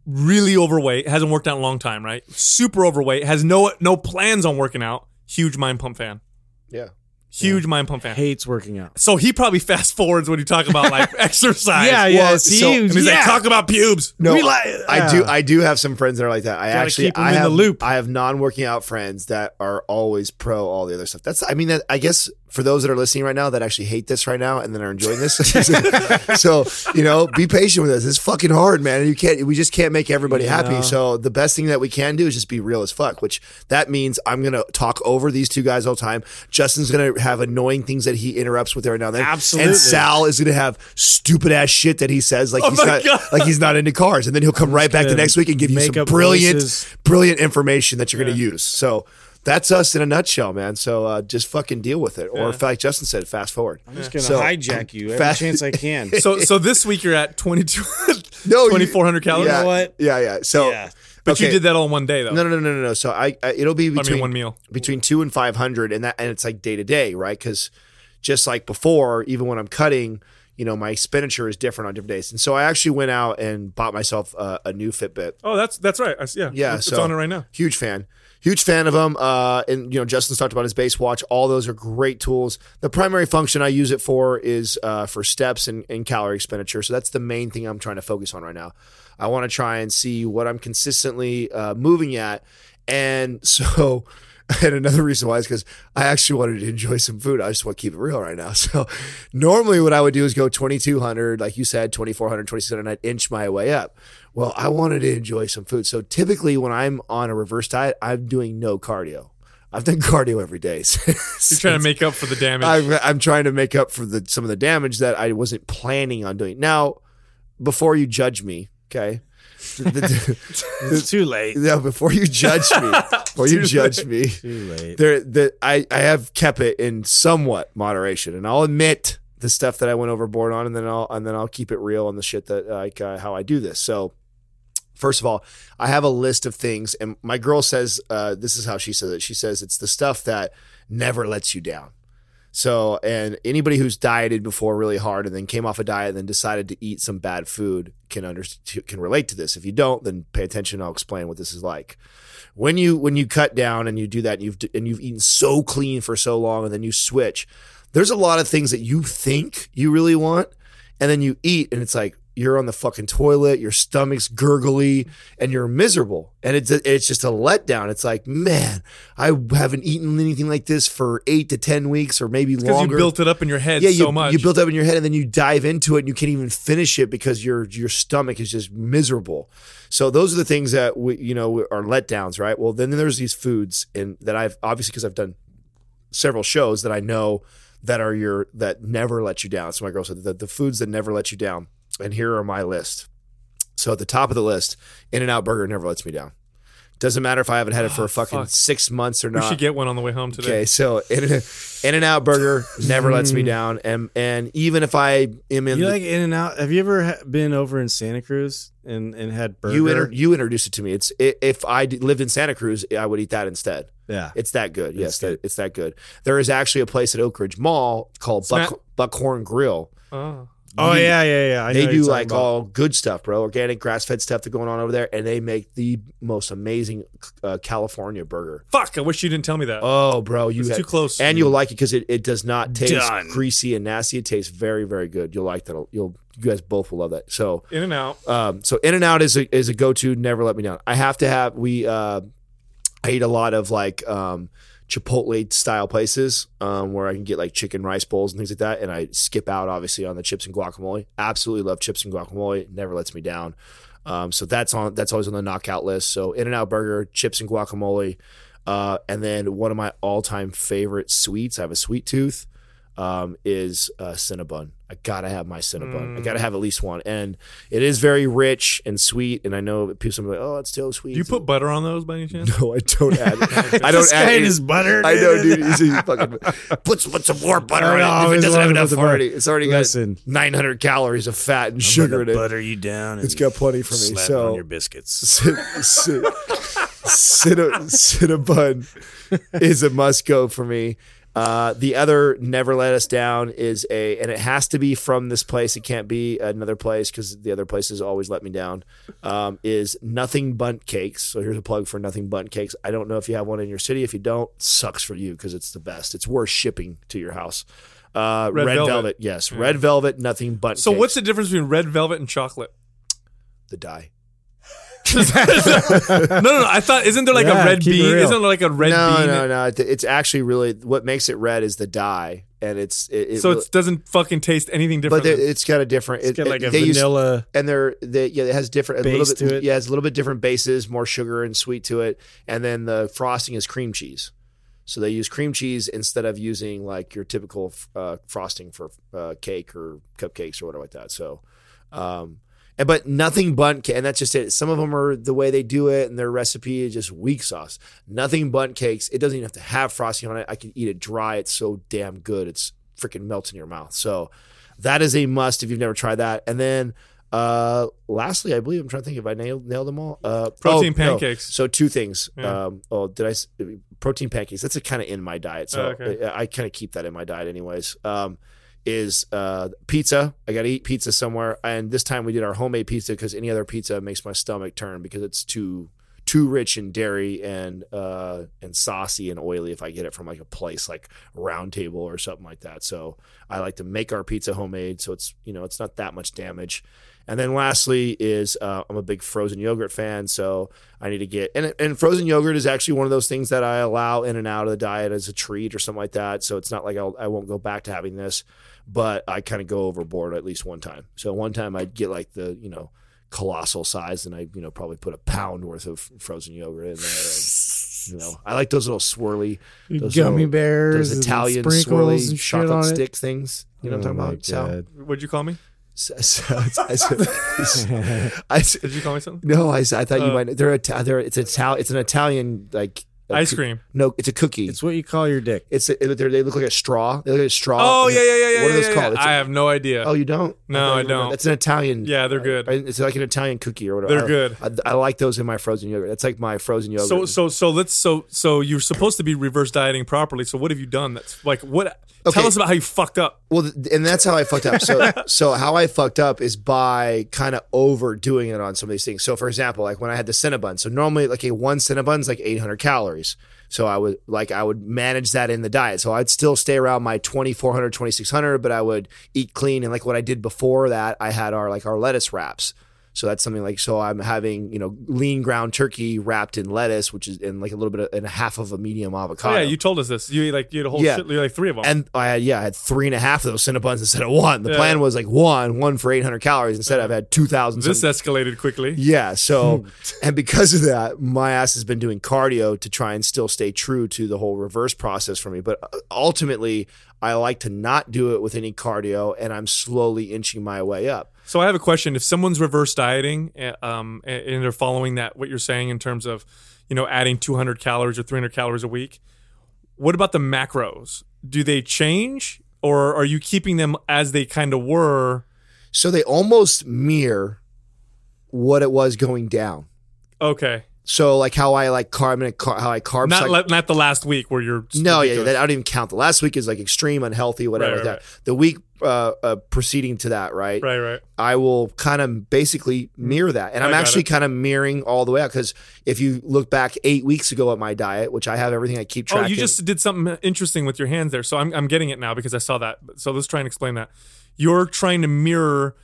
S1: really overweight. Hasn't worked out in a long time, right? Super overweight. Has no no plans on working out. Huge mind pump fan.
S2: yeah.
S1: Huge mind pump fan.
S6: hates working out.
S1: So he probably fast forwards when you talk about like exercise.
S6: Yeah,
S1: And
S6: yeah.
S2: Well,
S6: see,
S2: so-
S6: you-
S1: he's
S6: yeah.
S1: like, talk about pubes.
S2: No,
S6: We li-
S2: I do. I do have some friends that are like that. I
S6: Gotta
S2: actually,
S6: keep 'em
S2: I
S6: in the
S2: have,
S6: loop.
S2: I have non-working out friends that are always pro all the other stuff. That's, I mean, that, I guess for those that are listening right now that actually hate this right now and then are enjoying this, so you know, be patient with us. It's fucking hard, man. You can't. We just can't make everybody happy. So the best thing that we can do is just be real as fuck. Which that means I'm gonna talk over these two guys all the time. Justin's gonna have annoying things that he interrupts with every now and then.
S6: Absolutely.
S2: And Sal is gonna have stupid ass shit that he says like
S1: Oh
S2: he's
S1: my
S2: not
S1: God.
S2: like he's not into cars, and then he'll come right back the
S6: gonna
S2: next week and give you
S6: make
S2: some
S6: up
S2: brilliant,
S6: voices.
S2: brilliant information that you're going to use. So that's us in a nutshell, man. So uh, just fucking deal with it, or if, like Justin said, fast forward. I'm
S6: just gonna hijack you every chance I can.
S1: So so this week you're at 22
S2: No, you-
S1: 2400 calories.
S2: Yeah,
S6: know what?
S2: Yeah, yeah. So,
S6: Yeah.
S1: But you
S2: okay.
S1: did that all in one day though.
S2: No, no, no, no, no, no. So I, I it'll be between
S1: one meal.
S2: between two and five hundred, and that, and it's like day to day, right? Because just like before, even when I'm cutting, you know, my expenditure is different on different days. And so I actually went out and bought myself a, a new Fitbit.
S1: Oh, that's that's right. I s- yeah,
S2: Yeah,
S1: It's,
S2: so
S1: it's on it right now.
S2: Huge fan, huge fan of them. Uh, and you know, Justin's talked about his base watch. All those are great tools. The primary function I use it for is uh, for steps and, and calorie expenditure. So that's the main thing I'm trying to focus on right now. I want to try and see what I'm consistently uh, moving at, and so. And another reason why is because I actually wanted to enjoy some food. I just want to keep it real right now. So normally what I would do is go 2200, like you said, 2400, 2600, and I'd inch my way up. Well, I wanted to enjoy some food. So typically when I'm on a reverse diet, I'm doing no cardio. I've done cardio every day.
S1: You're trying to make up for the damage.
S2: I'm, I'm trying to make up for the some of the damage that I wasn't planning on doing. Now, before you judge me, okay? The- the-
S6: It's too late.
S2: no, before you judge me, before you judge me, there, the, I, I have kept it in somewhat moderation, and I'll admit the stuff that I went overboard on, and then I'll and then I'll keep it real on the shit that like uh, how I do this. So, first of all, I have a list of things, and my girl says uh, this is how she says it. She says it's the stuff that never lets you down. So, and anybody who's dieted before really hard and then came off a diet and then decided to eat some bad food can under, can relate to this. If you don't, then pay attention. I'll explain what this is like. When you when you cut down and you do that and you've and you've eaten so clean for so long and then you switch, there's a lot of things that you think you really want and then you eat and it's like you're on the fucking toilet, your stomach's gurgly, and you're miserable. And it's it's just a letdown. It's like, man, I haven't eaten anything like this for eight to ten weeks or maybe
S1: because you
S2: longer.
S1: built it up in your head
S2: yeah,
S1: so
S2: you,
S1: much.
S2: you built up in your head, and then you dive into it, and you can't even finish it because your your stomach is just miserable. So those are the things that we, you know are letdowns, right? Well, then there's these foods, and that I've obviously because I've done several shows that I know that are your that never let you down. So my girl said the, the foods that never let you down, and here are my list. So at the top of the list, In and Out Burger never lets me down. Doesn't matter if I haven't had it for a fucking
S1: Ah, fuck.
S2: six months or
S1: we
S2: not.
S1: should get one on the way home today.
S2: Okay, so In In and Out Burger never lets me down, and and even if I am in,
S6: You
S2: the-
S6: like In and Out? Have you ever ha- been over in Santa Cruz and, and had burger?
S2: you inter- you introduced it to me. It's i- if I d- lived in Santa Cruz, I would eat that instead.
S6: yeah.
S2: It's that good. yes,
S6: good.
S2: That, it's that good. There is actually a place at Oak Ridge Mall called
S1: Smack-
S2: Buck, Buckhorn Grill.
S1: Oh.
S6: Oh yeah, yeah, yeah. I know
S2: They
S6: what you're
S2: do
S6: talking
S2: like
S6: about.
S2: all good stuff, bro. Organic, grass fed stuff that's going on over there, and they make the most amazing uh, California burger.
S1: Fuck! I wish you didn't tell me that.
S2: Oh, bro, you
S1: it's
S2: had-
S1: too close.
S2: and you'll like it because it, it does not taste
S6: Done.
S2: greasy and nasty. It tastes very very good. You'll like that. You'll you guys both will love that. So
S1: in and out.
S2: um, so In and Out is a is a go to. Never let me down. I have to have we. Uh, I eat a lot of like um, Chipotle style places um, where I can get like chicken rice bowls and things like that, and I skip out obviously on the chips and guacamole. Absolutely love chips and guacamole. Never lets me down. Um, so that's on that's always on the knockout list. So In and Out Burger, chips and guacamole, uh, and then one of my all time favorite sweets. I have a sweet tooth. Um, is uh, Cinnabon. I gotta have my Cinnabon. I gotta
S1: Mm.
S2: have at least one, and it is very rich and sweet. And I know people some like, oh, it's so sweet.
S1: Do you put butter on those by any chance?
S2: No, I don't add. I don't
S6: This
S2: add.
S6: guy and
S2: any-
S6: his butter.
S2: I know, dude. He's a fucking put put some more butter
S6: I
S2: on it. If
S6: always
S2: it doesn't have
S6: wanted
S2: enough
S6: to put the
S2: already, it's already got
S6: Listen.
S2: 900 calories of fat and
S6: I'm gonna
S2: sugar in it.
S6: Butter you down.
S2: It's
S6: and
S2: got plenty for me.
S6: slap it
S2: So-
S6: on your biscuits.
S2: Cin- cin- Cinna- Cinnabon is a must go for me. Uh, the other never let us down is a, and it has to be from this place. It can't be another place because the other places always let me down. Um, is nothing bunt cakes. So here's a plug for nothing bunt cakes. I don't know if you have one in your city. If you don't, sucks for you because it's the best. It's worth shipping to your house. Uh, red,
S1: Red
S2: velvet.
S1: Velvet.
S2: yes, red velvet. Nothing bunt.
S1: So
S2: cakes.
S1: what's the difference between red velvet and chocolate?
S2: the die?
S1: no, no, no. I thought isn't there like
S6: Yeah,
S1: a red
S6: keep it
S1: bean?
S6: real.
S1: Isn't there like a red
S2: no,
S1: bean?
S2: No, no, It- It's actually really what makes it red is the dye, and it's it, it
S1: so
S2: really-
S1: it doesn't fucking taste anything different.
S2: but it- it's got a different.
S6: It's got
S2: it-
S6: like
S2: it-
S6: a
S2: they use-
S6: vanilla.
S2: and they're they, yeah, it has different a
S6: Base
S2: little bit,
S6: to it.
S2: yeah, it's a little bit different bases, more sugar and sweet to it, and then the frosting is cream cheese. So they use cream cheese instead of using like your typical uh, frosting for uh, cake or cupcakes or whatever like that. So, um, and but nothing bunt, ca- and that's just it. Some of them are the way they do it, and their recipe is just weak sauce. Nothing bunt cakes. It doesn't even have to have frosting on it. I can eat it dry. It's so damn good. It's freaking melts in your mouth. So that is a must if you've never tried that. And then uh, lastly, I believe I'm trying to think if I nailed nailed them all. Uh,
S1: Protein
S2: no.
S1: pancakes.
S2: So two things.
S1: Yeah.
S2: Um, oh, did I s- protein pancakes? That's kind of in my diet, so
S1: Oh, okay.
S2: I, I kind of keep that in my diet, anyways. Um, is uh, pizza. I got to eat pizza somewhere, and this time we did our homemade pizza because any other pizza makes my stomach turn because it's too too rich in dairy and uh, and saucy and oily if I get it from like a place like Round Table or something like that. So I like to make our pizza homemade, so it's you know it's not that much damage. And then lastly is uh, I'm a big frozen yogurt fan, so I need to get and and frozen yogurt is actually one of those things that I allow in and out of the diet as a treat or something like that. So it's not like I'll, I won't go back to having this, but I kind of go overboard at least one time. So one time I'd get like the you know colossal size, and I you know probably put a pound worth of frozen yogurt in there. And, you know, I like those little swirly those
S6: Gummy
S2: little-
S6: bears,
S2: those
S6: and
S2: Italian
S6: sprinkles, and
S2: swirly
S6: shit on
S2: chocolate
S6: it.
S2: stick things. You know what I'm
S6: Oh
S2: talking
S6: my
S2: about? So-
S6: God.
S1: What'd you call me?
S2: So, so I said, I said-
S1: Did you call me something?
S2: no, I, said- I thought you
S1: Uh,
S2: might. They're, Ita- they're it's Ital, It's an Italian like a
S1: Ice
S2: coo-
S1: cream.
S2: No, it's a cookie.
S6: It's
S2: It's
S6: what you call your dick.
S2: it's a, they're- they look like a straw. They look like a straw.
S1: Oh yeah, yeah, yeah, yeah.
S2: What are
S1: yeah,
S2: those
S1: yeah,
S2: called?
S1: yeah.
S2: It's a-
S1: I have no idea.
S2: oh, you don't?
S1: No,
S2: thought
S1: I
S2: you remember.
S1: don't.
S2: That's an Italian.
S1: Yeah, they're good.
S2: I- It's like an Italian cookie or whatever.
S1: They're
S2: I-
S1: good.
S2: I, I like those in my frozen yogurt. That's like my frozen yogurt.
S1: So so so let's so so you're supposed to be reverse dieting properly. So what have you done? That's like what? Tell
S2: Okay.
S1: us about how you fucked up.
S2: Well, th- and that's how I fucked up. So, so how I fucked up is by kind of overdoing it on some of these things. So, for example, like when I had the Cinnabon. So normally, like a one Cinnabon's like 800 calories. So I would like I would manage that in the diet. So I'd still stay around my 2400, 2600, but I would eat clean. And like what I did before that, I had our like our lettuce wraps. So that's something like so I'm having you know lean ground turkey wrapped in lettuce, which is in like a little bit of, and a half of a medium
S1: Oh,
S2: avocado.
S1: yeah, you told us this. You ate, like you had a whole
S2: Yeah.
S1: shit, you had, like three of them.
S2: And I had, yeah, I had three and a half of those Cinnabons instead of one. The plan was like one, one for 800 calories. Instead, I've had 2,000.
S1: this Hmm.
S2: something.
S1: escalated quickly.
S2: yeah. So, and because of that, my ass has been doing cardio to try and still stay true to the whole reverse process for me. But uh, ultimately, I like to not do it with any cardio, and I'm slowly inching my way up.
S1: So I have a question. If someone's reverse dieting, eh, um, and and they're following that what you're saying in terms of, you know, adding 200 calories or 300 calories a week, what about the macros? Do they change, or are you keeping them as they kind of were?
S2: So they almost mirror what it was going down.
S1: Okay,
S2: So like how I like carb, how I carb
S1: not
S2: cycle-
S1: le- not the last week where you're
S2: No, yeah,
S1: ridiculous.
S2: that, I don't even count. The last week is like extreme, unhealthy, whatever.
S1: Right, right,
S2: like that the week uh, uh, preceding to that, right?
S1: right, right.
S2: I will kind of basically mirror that, and
S1: I
S2: I'm
S1: got
S2: actually
S1: it.
S2: kind of mirroring all the way out because if you look back eight weeks ago at my diet, which I have everything I keep
S1: Oh,
S2: track.
S1: you just did something interesting with your hands there. So I'm, I'm getting it now because I saw that. So let's try and explain that. You're trying to mirror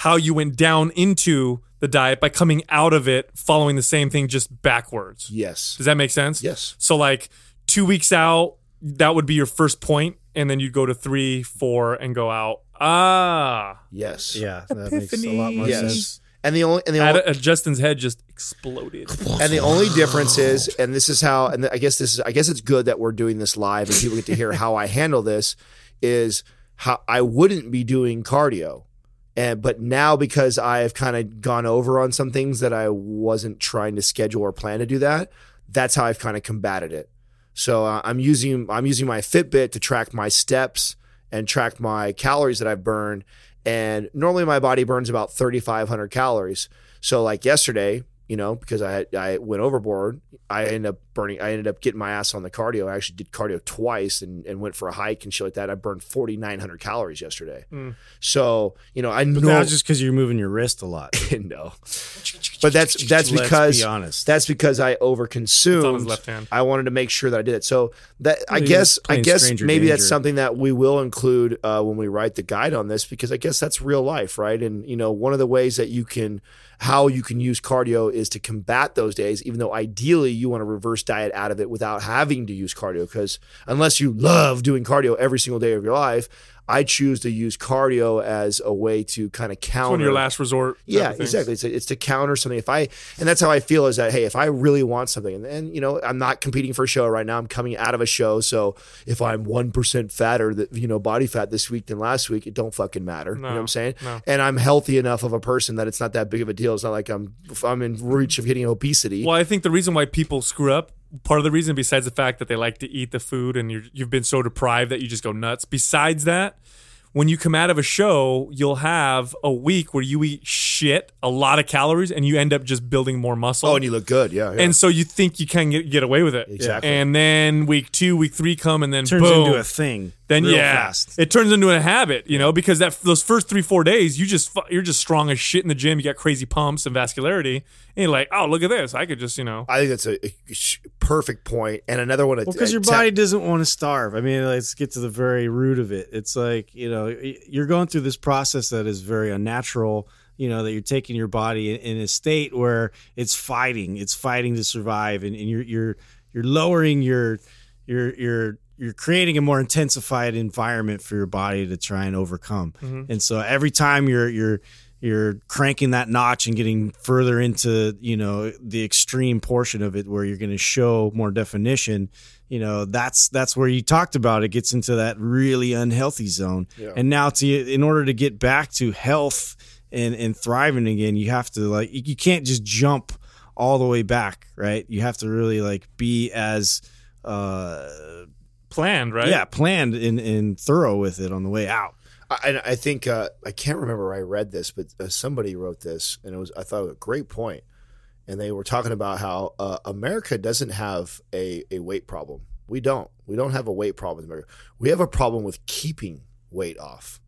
S1: how you went down into the diet by coming out of it, following the same thing just backwards.
S2: yes,
S1: Does that make sense?
S2: Yes.
S1: So like two weeks out, that would be your first point, and then you'd go to three, four, and go out. Ah,
S2: yes,
S6: Yeah, that makes a lot more
S2: Yes.
S6: sense.
S2: And the only and the
S1: Ad-
S2: only,
S1: uh, Justin's head just exploded.
S2: and the only difference is, and this is how, and I guess this is, I guess it's good that we're doing this live and people get to hear how I handle this. Is how I wouldn't be doing cardio, and but now because I've kind of gone over on some things that I wasn't trying to schedule or plan to do that. That's how I've kind of combated it. So uh, I'm using I'm using my Fitbit to track my steps and track my calories that I've burned. And normally my body burns about 3,500 calories. So like yesterday, you know, because I had, I went overboard, I ended up burning. I ended up getting my ass on the cardio. I actually did cardio twice and, and went for a hike and shit like that. I burned 4,900 calories yesterday. So you know, I
S6: But
S2: know
S6: that's just because you're moving your wrist a lot.
S2: no. But that's that's
S6: Let's
S2: because
S6: be honest.
S2: that's because I
S1: on his
S2: overconsumed.
S1: left hand.
S2: I wanted to make sure that I did it. So that I
S6: Well, you're
S2: guess I
S6: playing
S2: guess maybe
S6: stranger
S2: that's
S6: danger.
S2: something that we will include uh, when we write the guide on this because I guess that's real life, right? And you know, one of the ways that you can how you can use cardio is to combat those days. Even though ideally you want to reverse diet out of it without having to use cardio, because unless you love doing cardio every single day of your life. I choose to use cardio as a way to kind of counter
S1: On your last resort. type
S2: Oh, yeah,
S1: of thing.
S2: exactly. It's, it's to counter something. If I and that's how I feel is that hey, if I really want something, and, and you know, I'm not competing for a show right now. I'm coming out of a show, so if I'm one percent fatter, that you know, body fat this week than last week, it don't fucking matter. you know what I'm saying? And I'm healthy enough of a person that it's not that big of a deal. It's not like I'm if I'm in reach of hitting obesity.
S1: Well, I think the reason why people screw up, part of the reason besides the fact that they like to eat the food and you're, you've been so deprived that you just go nuts. Besides that, when you come out of a show, you'll have a week where you eat shit, a lot of calories, and you end up just building more muscle.
S2: Oh, and you look good. Yeah. yeah.
S1: And so you think you can get, get away with it.
S2: Exactly.
S1: And then week two, week three come, and then
S6: Turns
S1: boom,
S6: into a thing.
S1: then
S6: real
S1: yeah,
S6: fast.
S1: it turns into a habit, you know, because that those first three four days, you just fu- you're just strong as shit in the gym. You got crazy pumps and vascularity, and you're like, oh look at this, I could just you know.
S2: I think that's a, a sh- perfect point. And another one.
S6: Well, because your body doesn't want to starve. I mean, let's get to the very root of it. It's like you know, y- you're going through this process that is very unnatural. You know that you're taking your body in, in a state where it's fighting, it's fighting to survive, and, and you're you're you're lowering your your your you're creating a more intensified environment for your body to try and overcome. And so every time you're you're you're cranking that notch and getting further into you know the extreme portion of it where you're going to show more definition you know that's that's where you talked about it gets into that really unhealthy zone and now to in order to get back to health and and thriving again you have to like you you can't just jump all the way back right you have to really like be as uh
S1: planned, right?
S6: yeah planned and and thorough with it on the way out
S2: I, and I think uh, I can't remember where I read this, but uh, somebody wrote this, and it was I thought it was a great point. And they were talking about how uh, America doesn't have a, a weight problem. We don't. We don't have a weight problem in America. We have a problem with keeping weight off.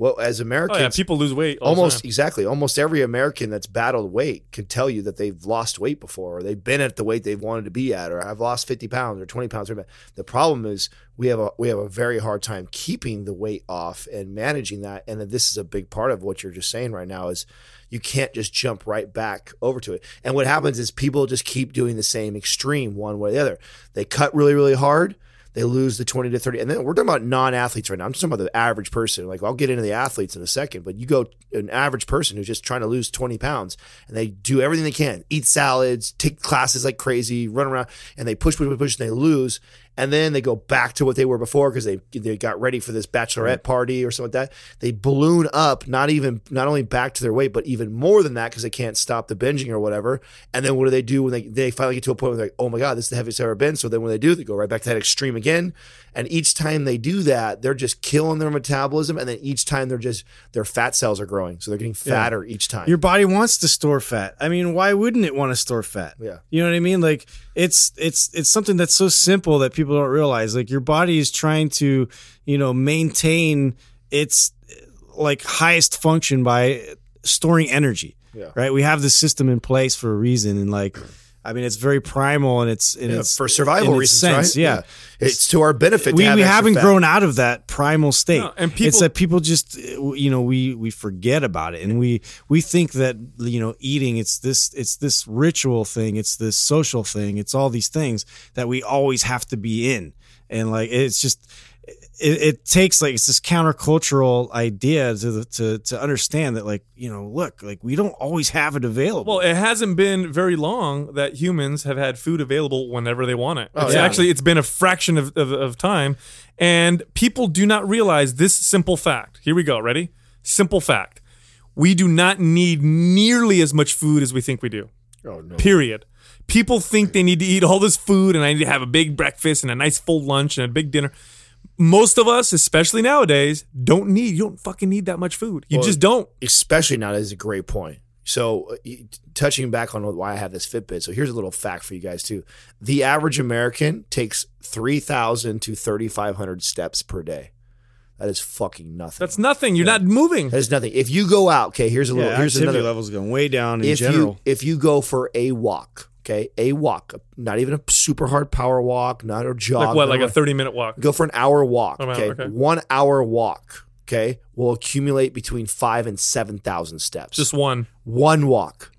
S2: Well, as
S1: Oh yeah,
S2: Americans,
S1: people lose weight all the
S2: almost
S1: time.
S2: exactly, almost every American that's battled weight can tell you that they've lost weight before, or they've been at the weight they've wanted to be at, or I've lost fifty pounds or twenty pounds. 30 pounds. The problem is we have a we have a very hard time keeping the weight off and managing that. And then this is a big part of what you're just saying right now is you can't just jump right back over to it. And what happens is people just keep doing the same extreme one way or the other. They cut really really hard. They lose the 20 to 30. And then we're talking about non athletes right now. I'm just talking about the average person. Like, I'll get into the athletes in a second, but you go an average person who's just trying to lose 20 pounds and they do everything they can eat salads, take classes like crazy, run around, and they push, push, push, push, and they lose. And then they go back to what they were before because they they got ready for this bachelorette party or something like that. They balloon up, not even not only back to their weight, but even more than that because they can't stop the binging or whatever. And then what do they do when they they finally get to a point where they're like, oh my god, this is the heaviest I've ever been. So then when they do, they go right back to that extreme again. And each time they do that, they're just killing their metabolism. And then each time they're just their fat cells are growing, so they're getting fatter each time.
S6: Your body wants to store fat. I mean, why wouldn't it want to store fat?
S2: Yeah.
S6: You know what I mean? Like it's it's it's something that's so simple that people don't realize. Like your body is trying to, you know, maintain its like highest function by storing energy.
S2: Yeah.
S6: Right? We have this system in place for a reason and like I mean, it's very primal and it's and
S2: Yeah,
S6: it's
S2: for
S6: in
S2: survival
S6: its
S2: reasons,
S6: sense,
S2: right?
S6: Yeah.
S2: it's to our benefit. to
S6: We,
S2: have
S6: we
S2: extra
S6: haven't
S2: fat.
S6: grown out of that primal state.
S1: No, and people-
S6: it's that people just uh, you know we we forget about it and we we think that you know eating it's this it's this ritual thing, it's this social thing, it's all these things that we always have to be in. And like it's just it, it takes like it's this countercultural idea to the, to to understand that like you know look like we don't always have it available.
S1: Well, it hasn't been very long that humans have had food available whenever they want it. it's
S2: Oh, yeah.
S1: Actually, it's been a fraction of, of, of time, and people do not realize this simple fact. Here we go. Ready? Simple fact. We do not need nearly as much food as we think we do. Oh, no. Period. People think they need to eat all this food, and I need to have a big breakfast and a nice full lunch and a big dinner. Most of us, especially nowadays, don't need. You don't fucking need that much food. You just don't.
S2: especially not is a great point. So, uh, you- touching back on why I have this Fitbit. So, here's a little fact for you guys too: the average American takes three thousand to thirty five hundred steps per day. That is fucking nothing.
S1: That's nothing. You're not moving.
S2: that is nothing. If you go out, okay, here's a
S6: yeah,
S2: little. here's
S6: activity
S2: another
S6: levels going way down in
S2: if
S6: general.
S2: You, if you go for a walk, okay, a walk, not even a super hard power walk, not a jog,
S1: Like what?
S2: not
S1: Like a
S2: run-
S1: thirty minute walk.
S2: Go for an hour walk.
S1: Oh, wow,
S2: okay?
S1: okay.
S2: one hour walk. Okay, will accumulate between five and seven thousand steps.
S1: Just one.
S2: one walk,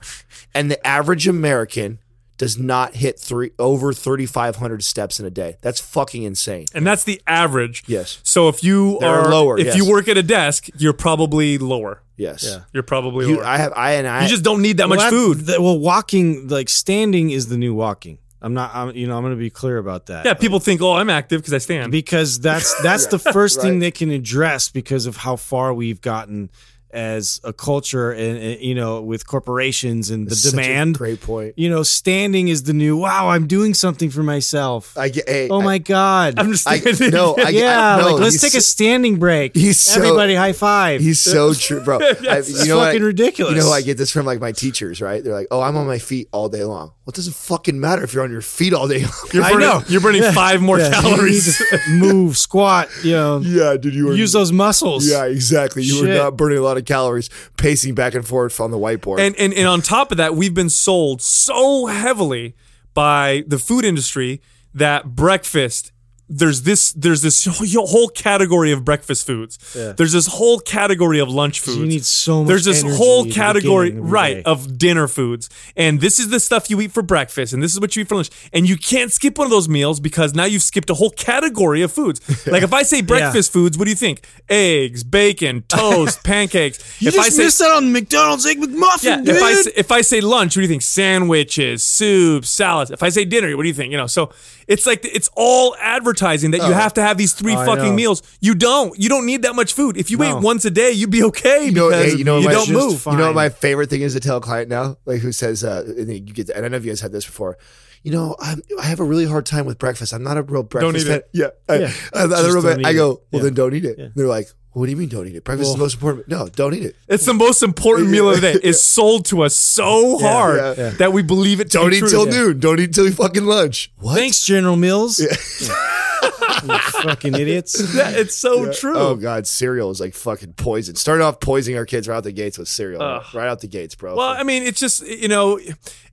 S2: and the average American does not hit three over thirty five hundred steps in a day. That's fucking insane.
S1: And that's the average.
S2: Yes.
S1: So if you
S2: They're
S1: are
S2: lower,
S1: if
S2: yes.
S1: you work at a desk, you're probably lower.
S2: Yes,
S1: You're probably
S2: you,
S1: lower.
S2: I have. I and I.
S1: you just don't need that much
S6: Well, that-
S1: food.
S6: that- well, walking like standing is the new walking. I'm not. I'm, you know, I'm going to be clear about that.
S1: yeah, people think, oh, I'm active because I stand.
S6: because that's that's the first thing they can address because of how far we've gotten as a culture, and, and, you know, with corporations and the
S2: such a
S6: demand.
S2: great point.
S6: You know, standing is the new. Wow, I'm doing something for myself.
S2: I get. Hey,
S6: oh
S2: I-
S6: my god.
S1: I'm just
S2: I,
S1: standing.
S2: no, I,
S6: yeah,
S2: I, no,
S6: like, let's
S2: he's
S6: take a
S2: so-
S6: standing break.
S2: He's so-
S6: Everybody high five.
S2: He's so true, bro. I, you
S6: it's
S2: know what I-
S6: fucking ridiculous.
S2: You know, who I get this from like my teachers, right? They're like, "Oh, I'm on my feet all day long." Well, it doesn't fucking matter if you're on your feet all day.
S1: You're burning,
S6: know.
S1: You're burning five more
S6: Yeah, you
S1: calories.
S6: need to move, squat, you know,
S2: yeah, dude, you were
S6: use those muscles.
S2: Yeah, exactly. You were
S6: Shit.
S2: not burning a lot of calories pacing back and forth on the whiteboard.
S1: and, and and on top of that, we've been sold so heavily by the food industry that breakfast there's this there's this whole category of breakfast foods. There's this whole category of lunch foods.
S6: You need so much
S1: There's this
S6: energy
S1: whole
S6: at the
S1: category
S6: beginning of the
S1: right
S6: day.
S1: of dinner foods. And this is the stuff you eat for breakfast and this is what you eat for lunch. And you can't skip one of those meals because now you've skipped a whole category of foods. Like if I say breakfast foods, what do you think? Eggs, bacon, toast, pancakes.
S6: You
S1: if
S6: just
S1: I say
S6: missed out on the McDonald's egg McMuffin,
S1: yeah,
S6: dude.
S1: if I s- if I say lunch, what do you think? Sandwiches, soup, salads. If I say dinner, what do you think? You know, so it's like it's all advertising
S2: Oh,
S1: that you have to have these three
S6: I
S1: fucking
S6: know.
S1: meals. You don't. You don't need that much food. If you ate once a day, you'd be okay
S2: you know,
S1: because
S2: hey, you know, what my-
S1: don't
S6: just
S1: move.
S2: You know what
S6: fine.
S2: my favorite thing is to tell a client now, like who says, uh, and you get, and I know you guys had this before. You know, I'm, I have a really hard time with breakfast. I'm not a real breakfast.
S1: eat
S2: fan.
S1: it.
S2: Yeah, I, I, I,
S6: Yeah.
S2: don't
S6: Just
S2: know, but
S6: don't
S2: I
S6: eat
S2: go,
S6: it.
S2: well, then don't eat it. They're like, what do you mean don't eat it? Breakfast is the most important. No, don't eat it.
S1: It's the most important meal of the day. It's sold to us so hard
S2: yeah, yeah.
S1: that we believe it. To
S2: Don't
S1: be
S2: eat
S1: true.
S2: till noon. Don't eat till fucking lunch. What?
S6: Thanks, General Mills. Yeah. You fucking idiots.
S1: Yeah, it's so true.
S2: Oh God, cereal is like fucking poison. Started off poisoning our kids right out the gates with cereal, right out the gates, bro.
S1: Well, I mean, it's just you know,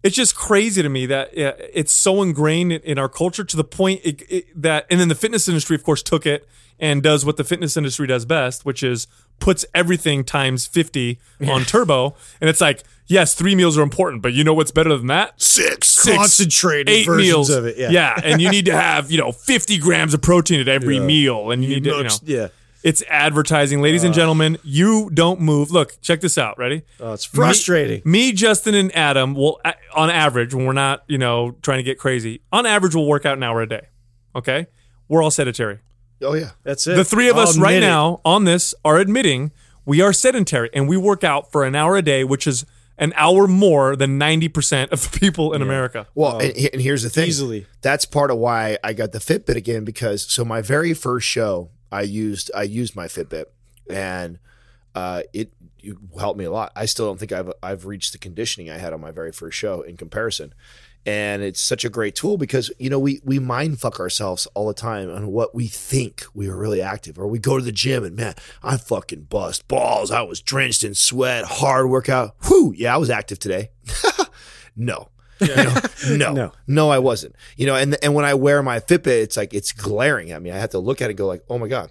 S1: it's just crazy to me that uh, it's so ingrained in, in our culture to the point it, it, that, and then the fitness industry, of course, took it and does what the fitness industry does best, which is puts everything times fifty on turbo, and it's like, yes, three meals are important, but you know what's better than that?
S2: six.
S1: Six,
S6: Concentrated
S1: eight
S6: versions
S1: meals
S6: of it, yeah.
S1: and you need to have you know fifty grams of protein at every meal, and you, need to, you know,
S6: Yeah.
S1: It's advertising, ladies and gentlemen. You don't move. Look, check this out. Ready?
S6: Oh, it's frustrating.
S1: Me, me, Justin, and Adam will, a- on average, when we're not, you know, trying to get crazy, on average, we'll work out an hour a day. Okay, we're all sedentary.
S2: Oh yeah.
S6: That's it.
S1: The three of
S6: I'll
S1: us right
S6: admit it.
S1: now on this are admitting we are sedentary and we work out for an hour a day, which is an hour more than ninety percent of the people in America.
S2: Well, and, and here's the thing.
S6: Easily.
S2: That's part of why I got the Fitbit again because so my very first show, I used I used my Fitbit and uh, it, it helped me a lot. I still don't think I've I've reached the conditioning I had on my very first show in comparison. And it's such a great tool because you know we we mind fuck ourselves all the time on what we think we were really active, or we go to the gym and man, I fucking bust balls. I was drenched in sweat, hard workout. Whoo, yeah, I was active today. no. You know, no, no,
S6: No.
S2: I wasn't. You know, and and when I wear my Fitbit, it's like it's glaring at me. I have to look at it and go like, oh my god.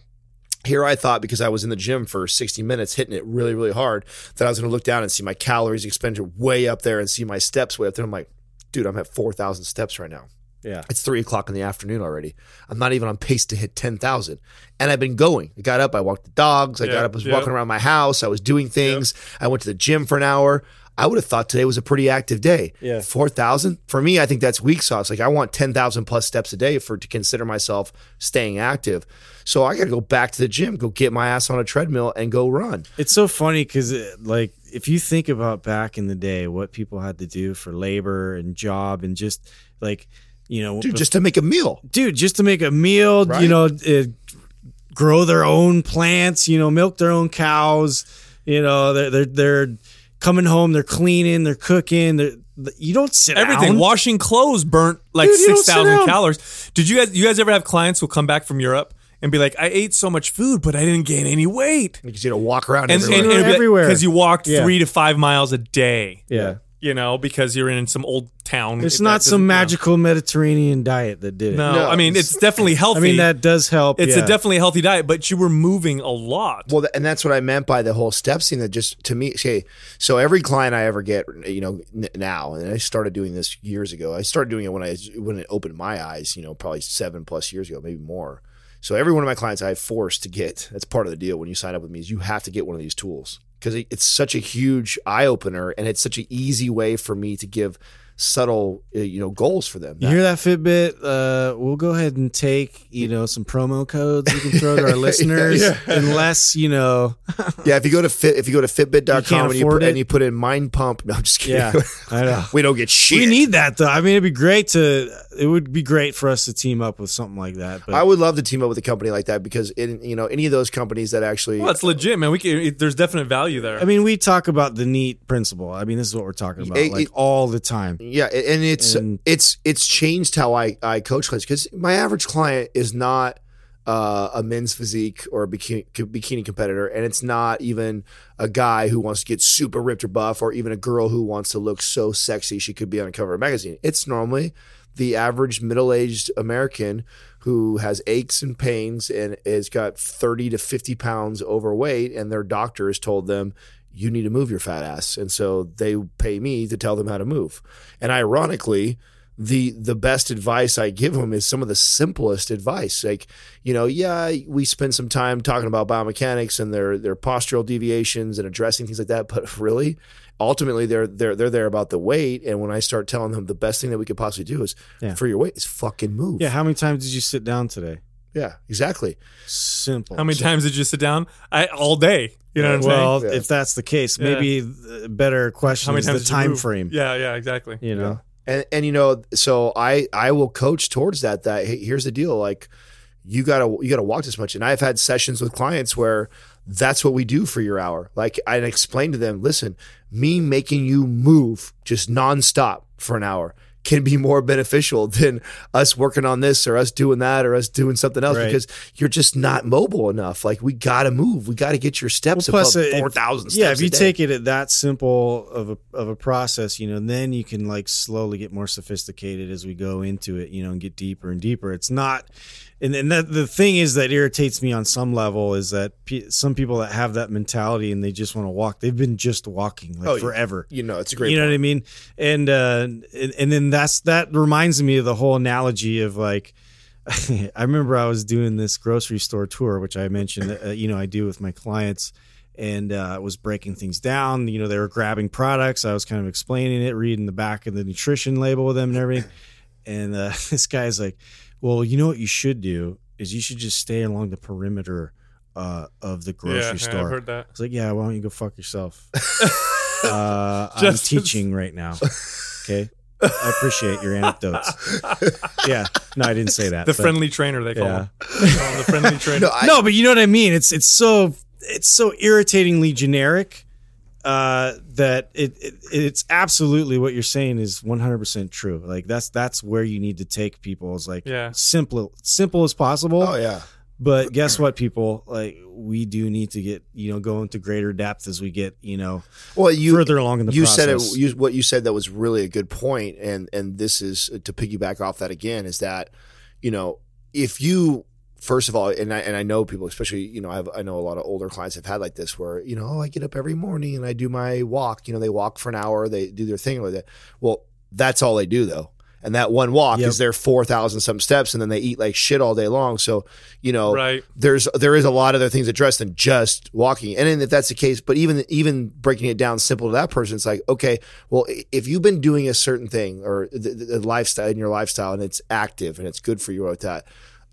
S2: Here I thought because I was in the gym for 60 minutes hitting it really, really hard that I was going to look down and see my calories expended way up there and see my steps way up there. I'm like, dude, I'm at 4,000 steps right now.
S6: Yeah.
S2: It's three o'clock in the afternoon already. I'm not even on pace to hit 10,000. And I've been going. I got up, I walked the dogs, I got up, I was
S1: yeah.
S2: walking around my house, I was doing things, I went to the gym for an hour. I would have thought today was a pretty active day.
S6: Yeah.
S2: 4,000? For me, I think that's weak sauce. Like I want 10,000 plus steps a day for to consider myself staying active. So I got to go back to the gym, go get my ass on a treadmill and go run.
S6: It's so funny because, like, if you think about back in the day, what people had to do for labor and job and just, like, you know,
S2: Dude, just to make a meal.
S6: dude, just to make a meal,
S2: Right.
S6: you know, uh, grow their own plants, you know, milk their own cows, you know, they're they're, they're coming home, they're cleaning, they're cooking, they're, you don't sit
S1: Everything,
S6: down.
S1: washing clothes, burnt like
S6: Dude, you don't
S1: six
S6: sit
S1: thousand
S6: down.
S1: calories. Did you guys? You guys ever have clients who come back from Europe and be like, "I ate so much food, but I didn't gain any weight."
S2: Because you know, walk around
S1: and,
S2: everywhere.
S1: and, and
S6: Everywhere.
S1: because you walked
S6: Yeah.
S1: three to five miles a day.
S6: Yeah.
S1: you know because you're in some old town.
S6: It's
S1: That
S6: not
S1: doesn't- you
S6: some
S1: know.
S6: magical Mediterranean diet that did it.
S1: No, I mean it's definitely healthy.
S6: I mean that does help.
S1: it's
S6: yeah.
S1: a definitely healthy diet, but you were moving a lot.
S2: Well, th- and that's what I meant by the whole step scene. That just to me, okay. So every client I ever get, you know, n- now, and I started doing this years ago. I started doing it when I when it opened my eyes, you know, probably seven plus years ago, maybe more. So every one of my clients I force to get. That's part of the deal when you sign up with me is you have to get one of these tools because it, it's such a huge eye opener and it's such an easy way for me to give subtle, uh, you know, goals for them.
S6: You hear that Fitbit? Uh, we'll go ahead and take you know some promo codes you can throw to our listeners, unless you know.
S2: yeah, if you go to fit, if you go to Fitbit.com
S6: can't
S2: and you,
S6: afford
S2: put, and
S6: it.
S2: you put in mind pump, no, I'm just kidding.
S6: I know.
S2: we don't get shit.
S6: We need that though. I mean, it'd be great to it would be great for us to team up with something like that. But
S2: I would love to team up with a company like that because in you know any of those companies that actually
S1: Well, it's legit, man. We can. It, there's definite value there.
S6: I mean, we talk about the neat principle. I mean, this is what we're talking about
S2: It-
S6: like
S2: it-
S6: all the time.
S2: yeah, a- and it's
S6: And-
S2: it's it's changed how I I coach clients because my average client is not uh, a men's physique or a bikini, bikini competitor, and it's not even a guy who wants to get super ripped or buff, or even a girl who wants to look so sexy she could be on a cover of a magazine. It's normally the average middle aged American who has aches and pains and has got 30 to 50 pounds overweight, and their doctor has told them, You need to move your fat ass. And so they pay me to tell them how to move. And ironically, the the best advice I give them is some of the simplest advice. Like, you know, yeah, we spend some time talking about biomechanics and their their postural deviations and addressing things like that, but really, ultimately, they're they're they're there about the weight. And when I start telling them the best thing that we could possibly do is
S6: Yeah.
S2: for your weight is fucking move.
S6: Yeah. How many times did you sit down today?
S2: yeah, exactly.
S6: Simple.
S1: How many times did you sit down? I all day. You know what I'm saying?
S6: well,
S2: saying?
S6: if that's the case, maybe the better question
S1: How many
S6: is
S1: times
S6: the
S1: did you
S6: time
S1: move?
S6: frame.
S1: Yeah, yeah, exactly.
S6: You know,
S2: and and you know so i i will coach towards that that hey, here's the deal like you gotta you gotta walk this much and i've had sessions with clients where that's what we do for your hour like i explain to them listen me making you move just nonstop for an hour can be more beneficial than us working on this or us doing that or us doing something else
S6: Right.
S2: because you're just not mobile enough. Like we gotta move. We gotta get your steps above
S6: uh, if-
S2: four thousand steps.
S6: Yeah, if
S2: a
S6: you
S2: day.
S6: take it at that simple of a of a process, you know, then you can like slowly get more sophisticated as we go into it, you know, and get deeper and deeper. It's not, and and that, the thing is that irritates me on some level is that pe some people that have that mentality and they just want to walk, they've been just walking like
S2: Oh, yeah.
S6: forever.
S2: you know, it's a great
S6: you know
S2: point.
S6: what I mean? And, uh, and and then that's that reminds me of the whole analogy of like I remember I was doing this grocery store tour, which I mentioned, uh, you know, I do with my clients, and uh, I was breaking things down. You know, they were grabbing products. I was kind of explaining it, reading the back of the nutrition label with them and everything. And uh, this guy's like, "Well, you know what you should do is you should just stay along the perimeter uh, of the grocery
S1: yeah,
S6: store."
S1: I've heard that.
S6: I was like, yeah, why don't you go fuck yourself? uh, I'm
S1: Just-
S6: teaching right now. Okay. I appreciate your anecdotes. yeah. No, I didn't say that.
S1: The
S6: but-
S1: friendly trainer they call
S6: Yeah.
S1: him. They call him the friendly trainer.
S2: No, I-
S6: no, but you know what I mean. It's it's so it's so irritatingly generic uh, that it, it it's absolutely what you're saying is 100 percent true. Like that's that's where you need to take people is like
S1: Yeah.
S6: simple simple as possible.
S2: oh yeah.
S6: But guess what, people? Like we do need to get you know go into greater depth as we get you know
S2: Well, you
S6: further along in the
S2: you
S6: process.
S2: said it, you, what you said that was really a good point, and and this is uh, to piggyback off that again is that you know if you first of all, and I and I know people, especially you know I have I know a lot of older clients have had like this where you know oh, I get up every morning and I do my walk, you know they walk for an hour, they do their thing like that. Well, that's all they do though. And that one walk
S6: Yep.
S2: is their four thousand some steps, and then they eat like shit all day long. So, you know,
S1: Right.
S2: there's there is a lot of other things addressed than just walking. And then if that's the case, but even even breaking it down simple to that person, it's like okay, well, i- if you've been doing a certain thing or the, the the lifestyle in your lifestyle and it's active and it's good for you like that.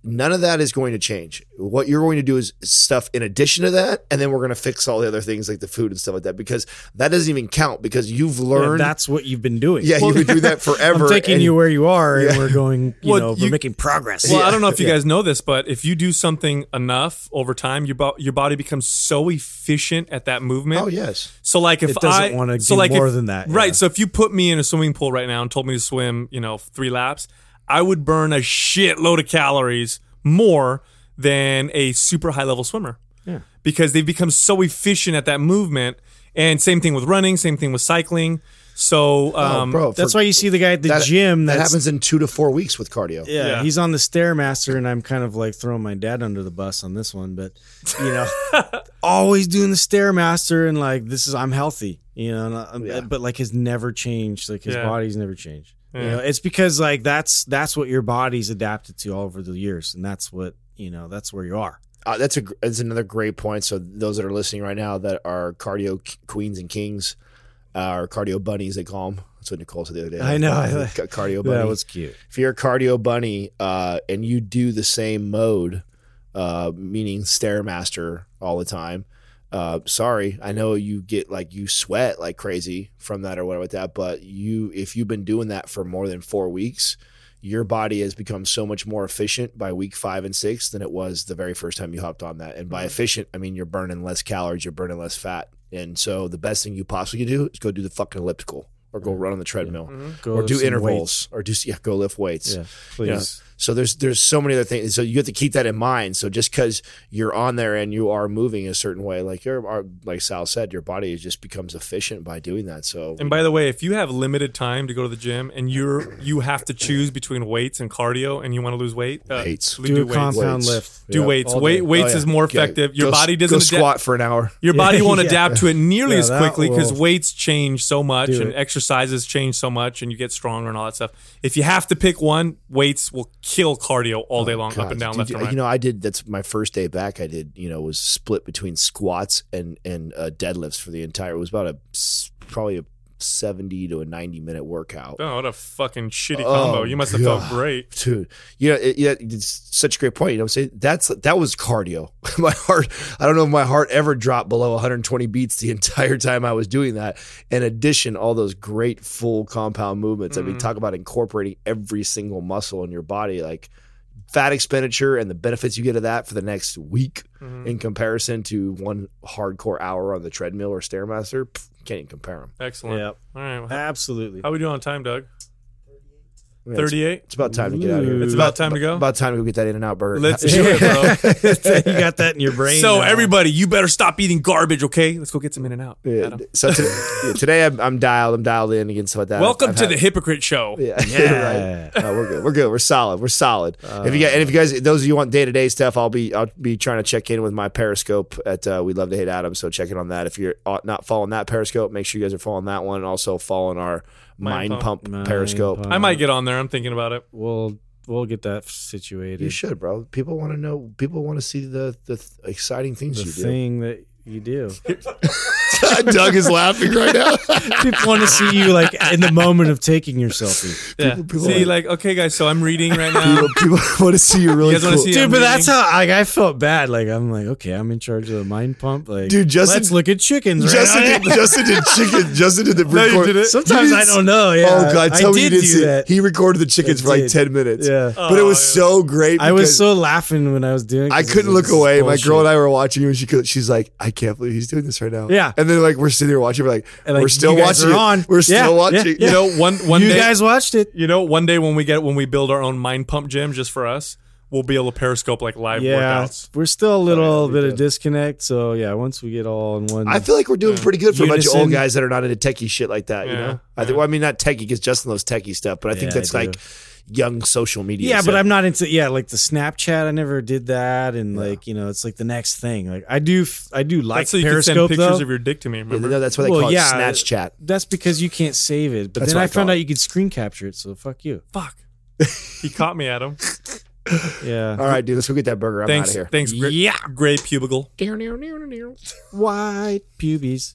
S2: None of that is going to change. What you're going to do is stuff in addition to that, and then we're going to fix all the other things like the food and stuff like that because that doesn't even count because you've
S6: Yeah,
S2: learned. Yeah,
S6: that's what you've been doing.
S2: you could do that forever.
S6: I'm taking
S2: and-
S6: you where you are, and
S2: Yeah.
S6: we're going. You
S1: Well,
S6: know,
S1: you-
S6: we're making progress.
S1: Well, I don't know if you guys know this, but if you do something enough over time, your bo- your body becomes so efficient at that movement.
S2: Oh yes,
S1: So like if
S6: It doesn't
S1: I
S6: wanna
S1: so
S6: do
S1: like
S6: more
S1: if-
S6: than that, yeah.
S1: Right. So if you put me in a swimming pool right now and told me to swim, you know, three laps, I would burn a shitload of calories more than a super high level swimmer. Yeah. Because they've become so efficient at that movement. And same thing with running, same thing with cycling.
S6: Oh.
S1: So um
S2: Oh, bro.
S6: That's
S2: for-
S6: why you see the guy at the
S2: that,
S6: gym.
S2: that
S6: that's,
S2: happens in two to four weeks with cardio.
S6: Yeah,
S1: Yeah.
S6: he's on the stairmaster, and I'm kind of like throwing my dad under the bus on this one, but you know, always doing the stairmaster, and like this is I'm healthy, you know, and I- but like has never changed, like his
S1: Yeah.
S6: body's never changed. You know, it's because like that's that's what your body's adapted to all over the years, and that's what you know, that's where you are.
S2: uh, that's a gr- that's another great point. So those that are listening right now that are cardio k- queens and kings, uh, or cardio bunnies they call them. That's what Nicole said the other day.
S6: I know.
S2: Ca- cardio bunny.
S6: cute.
S2: if you're a cardio bunny uh, and you do the same mode, uh, meaning stairmaster all the time. Uh, sorry, I know you get like you sweat like crazy from that or whatever with that, but you if you've been doing that for more than four weeks, your body has become so much more efficient by week five and six than it was the very first time you hopped on that. And by efficient, I mean you're burning less calories, you're burning less fat. And so the best thing you possibly can do is go do the fucking elliptical or go run on the treadmill
S6: Go
S2: or
S6: lift
S2: do
S6: some
S2: intervals or do yeah, go lift weights.
S6: Yeah,
S2: You
S6: please.
S2: know, so there's there's so many other things. So you have to keep that in mind. So just because you're on there and you are moving a certain way, like your are like Sal said, your body just becomes efficient by doing that. So
S1: And by the way, if you have limited time to go to the gym and you're you have to choose between weights and cardio, and you want to lose weight, uh,
S2: Weights.
S1: do,
S6: do, a
S1: weights.
S6: compound
S2: Weights.
S6: lift.
S1: Do
S2: Yeah.
S1: weights.
S6: All
S1: Weight,
S6: day.
S1: weights
S2: Oh, yeah.
S1: is more
S2: Yeah.
S1: effective. Your
S2: Go-
S1: body doesn't
S2: go
S1: adapt-
S2: squat for an hour.
S1: Your body won't
S6: Yeah.
S1: adapt to it nearly
S6: Yeah,
S1: as
S6: that
S1: quickly because
S6: will-
S1: weights change so much
S6: Do
S1: and
S6: it.
S1: exercises change so much, and you get stronger and all that stuff. If you have to pick one, weights will kill cardio all day long, up
S2: Oh, God,
S1: and down,
S2: dude,
S1: left and right.
S2: You know, I did. That's my first day back. I did. You know, was split between squats and and uh, deadlifts for the entire. It was about a s- probably a seventy to a ninety minute workout.
S1: oh, what a fucking shitty
S2: Oh,
S1: combo! you must have felt
S2: God.
S1: great.
S2: Dude, you know, it, yeah, it's such a great point. You know, what I'm saying that's that was cardio. my heart, I don't know if my heart ever dropped below 120 beats the entire time I was doing that. In addition, all those great full compound movements.
S1: Mm-hmm.
S2: I mean, talk about incorporating every single muscle in your body, like fat expenditure and the benefits you get of that for the next week
S1: Mm-hmm.
S2: in comparison to one hardcore hour on the treadmill or stairmaster. Pff, can't even compare them.
S1: Excellent.
S6: Yep,
S1: All right. well, How,
S6: absolutely.
S1: how we doing on time, Doug? Thirty-eight.
S2: It's about time to get out of here.
S1: It's about time to go?
S2: About time to go get that in and out burger.
S1: Let's do it, bro.
S6: you got that in your brain.
S1: So
S6: now.
S1: everybody, you better stop eating garbage, okay? Let's go get some in and out.
S2: Yeah, so to, yeah, today I'm, I'm dialed. I'm dialed in again. Stuff like that.
S1: Welcome
S2: I've
S1: to the
S2: had-
S1: hypocrite show.
S2: Yeah, yeah. right. No, we're good. We're good. We're solid. We're solid. if you guys, and if you guys, those of you want day to day stuff, I'll be I'll be trying to check in with my Periscope at uh, We Love to Hate Adam. So check in on that. If you're uh, not following that Periscope, make sure you guys are following that one. Also following our Mind,
S1: Mind
S2: Pump,
S1: Pump.
S6: Mind
S2: Periscope.
S6: pump.
S1: I might get on there. I'm thinking about it.
S6: We'll we'll get that situated.
S2: You should, bro. People want to know. People want to see the the th- exciting things
S6: the
S2: you
S6: thing that you do.
S2: do. Doug is laughing right now.
S6: People want to see you like in the moment of taking your selfie.
S1: Yeah. See, like, okay, guys. So I'm reading right now.
S2: people, people want to see you really
S1: You guys wanna
S2: cool.
S1: see
S6: Dude, but that's
S1: meeting.
S6: how like I felt bad. Like I'm like, okay, I'm in charge of the mind pump. Like,
S2: Dude, Justin-
S6: let's look at chickens. Right Oh,
S2: Justin did, Justin did chicken. Justin did the record.
S1: did it.
S6: Sometimes
S2: You
S6: I
S2: didn't
S6: don't know. Yeah,
S2: oh god, tell
S6: I
S2: me you
S6: did
S2: didn't
S6: do
S2: see it.
S6: that.
S2: He recorded the chickens
S6: I
S2: for like
S6: did.
S2: ten minutes.
S6: Yeah.
S2: but it was so great.
S6: I was
S2: because
S6: so laughing when I was doing. it
S2: I
S6: 'cause
S2: couldn't
S6: was
S2: look
S6: like,
S2: away. My
S6: bullshit.
S2: girl and I were watching you, and she could, she's like, "I can't believe he's doing this right now."
S6: Yeah.
S2: and then like we're sitting here watching. We're like,
S6: And, like,
S2: "We're still
S6: you guys
S2: watching.
S6: are
S2: it.
S6: on.
S2: We're
S6: Yeah,
S2: still
S6: yeah,
S2: watching." it."
S6: yeah.
S1: You know, one one
S6: you
S1: day,
S6: guys watched it.
S1: you know, one day when we get when we build our own mind pump gym just for us, we'll be able to periscope like live
S6: Yeah,
S1: workouts.
S6: we're still a little bit of disconnect. So yeah, once we get all in one,
S2: I feel like we're doing pretty good for a bunch of old
S6: Unison.
S2: guys that are not into techie shit like that. You
S1: Yeah,
S2: know, I think. Well, I mean, not techie because Justin loves techie stuff, but I think
S6: Yeah, I
S2: that's
S6: do.
S2: like young social media.
S6: Yeah, but
S2: stuff.
S6: I'm not into yeah, like the Snapchat. I never did that, and like you know, it's like the next thing. Like I do, f- I do like
S1: That's so you can
S6: Periscope
S1: send pictures
S6: though.
S1: of your dick to me. Remember?
S2: No, that's why they
S6: Well,
S2: call it
S6: yeah.
S2: Snatch Chat.
S6: That's because you can't save it. But
S2: That's
S6: then
S2: what
S6: I,
S2: I
S6: found
S2: call it.
S6: out you could screen capture it. So fuck you.
S1: Fuck. he caught me, Adam.
S6: Yeah.
S2: All right, dude, let's go get that burger. I'm out of
S1: Thanks.
S2: here.
S1: Thanks. Gray, yeah. Gray pubicle.
S6: White pubes.